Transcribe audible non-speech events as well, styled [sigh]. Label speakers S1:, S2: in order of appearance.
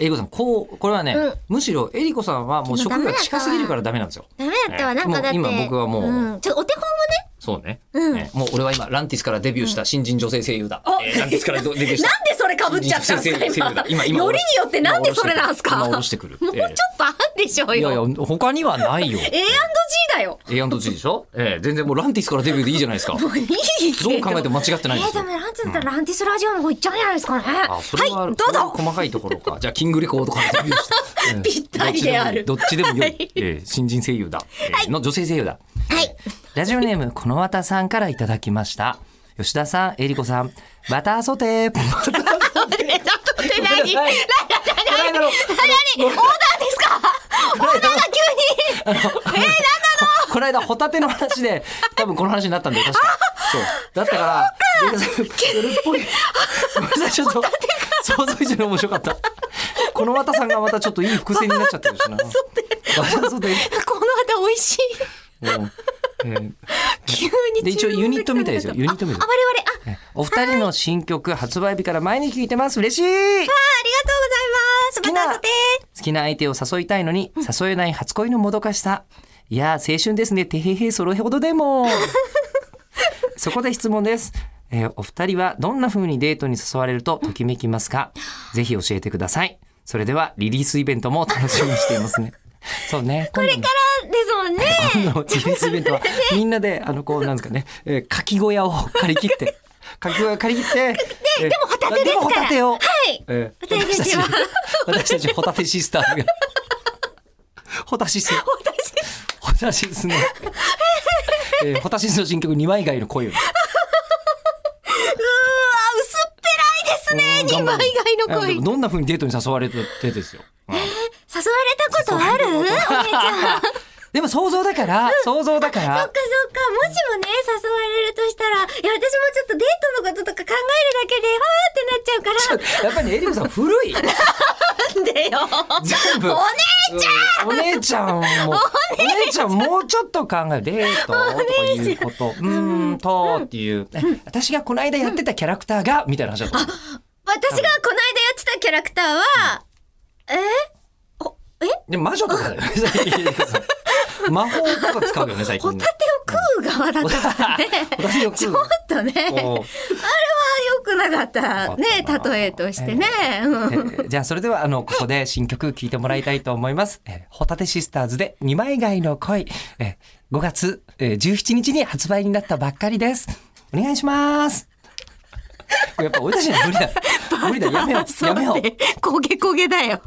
S1: えりこさん、こう、これはね、
S2: うん
S1: むしろえりこさんはもう職が近すぎるからダメなんですよ。
S2: ダメだったわ、
S1: ええ
S2: なんかだって。
S1: もう今僕はもうん
S2: ちょっとお手本をね、
S1: そうね。
S2: うん
S1: ねもう俺は今、ランティスからデビューした新人女性声優だ。えーランティスからデビューした。
S2: なんでそれ被っちゃったんですか今
S1: 今、今、
S2: よりによってなんでそれなんすか
S1: 今、下ろしてくる。
S2: もうちょっとあんでしょうよ。
S1: えーいやいや、他にはない
S2: [laughs]
S1: よ。
S2: A&G だよ。
S1: A&G でしょええ全然もうランティスからデビューでいいじゃないですか。
S2: [laughs]
S1: ど
S2: もういいけど。
S1: う考えても間違ってないん
S2: え
S1: で
S2: ー、
S1: す
S2: で
S1: よ
S2: も。ランチだったらランティスラジオの方行っちゃうんじゃないですかね。
S1: あ、それは、
S2: はい、どう
S1: それは
S2: ぞ。
S1: 細かいところか。じゃあ、キングレコードからデビューした。うん
S2: [laughs] ぴったりである
S1: どっちでもいいどっちでもよい
S2: はい
S1: えー新人声優だ。えーの女性声優だ。
S2: はい。
S1: [laughs] ラジオネーム、このわたさんからいただきました。吉田さん、えりこさん、バターソテー。
S2: 待ってちょっと待って何何
S1: ご
S2: 何
S1: めんなさい
S2: 何何何何オーダーですかオーダーが急に
S1: この間、ホタテの話で、多分この話になったんだよ、確か。そう。だったから、えりこさん、夜っぽい。ごめんなさい、ちょっと、想像以上に面白かった。このわたさんがまたちょっといい伏線になっちゃってる [laughs] しな。バターソテー。
S2: この後美味しい
S1: もうえー
S2: 急に
S1: で一応ユニットみたいですよユニットみたいです
S2: ああ我々あ
S1: お二人の新曲発売日から毎日聴いてます嬉しい
S2: あありがとうございますまた後で
S1: 好きな相手を誘いたいのに誘えない初恋のもどかしさいやー青春ですねてへへそれほどで [laughs] もそこで質問です、えーお二人はどんな風にデートに誘われるとときめきますかぜひ教えてくださいそれではリリースイベントも楽しみにしてい [laughs] ますねそうねこれから
S2: ですもんね
S1: 今度のリリースイベントはみんなであのこうなんですかね、えー、かき小屋を借り切って
S2: [laughs]
S1: かき小屋を借り切ってえーで
S2: もホタテですから
S1: もホタテを、
S2: はい
S1: えー
S2: 私たちは
S1: 私たちホタテシスターがホタシス
S2: 私
S1: ホタシスの、えー、ホタシスの新曲二枚以外の恋より
S2: うーわ薄っぺらいですね
S1: う
S2: 二
S1: ん頑張
S2: 枚
S1: る
S2: 以外の
S1: あで
S2: 恋
S1: もどんな風にデートに誘われてです
S2: [laughs]
S1: よ、うん
S2: 誘われたことあるお姉ちゃんそっか
S1: でも想像だから想像だか
S2: そっ
S1: ら
S2: かもしもね誘われるとしたらいや私もちょっとデートのこととか考える
S1: [laughs]
S2: だけでわーってなっちゃうから
S1: やっぱりエリコさん古
S2: [laughs]
S1: い
S2: なんでよ。
S1: 全部
S2: お
S1: お姉ちゃんお姉ちゃんもお姉ちゃんもうちょっと考えるデートとかいうことうーんとっていうえ私がこの間やってたキャラクターがみたいな話だった
S2: 私がこの間やってたキャラクターは、
S1: でも魔女とかだよね最近 [laughs] エリコさん魔法とか使うよね最
S2: ホ
S1: 近ね
S2: タテを食う側だったね。
S1: [laughs] ホタテよく
S2: ちょっとね、あれは
S1: こ
S2: 良くなかったね、例えとしてね。うん
S1: うえーじゃあそれではあのここで新曲聴いてもらいたいと思います、えーホタテシスターズで二枚貝の恋、えー、5月、えー、17日に発売になったばっかりですお願いします
S2: [laughs]
S1: やっぱ俺たちには無理だ無理だやめようやめよう
S2: 焦げ焦げだよ。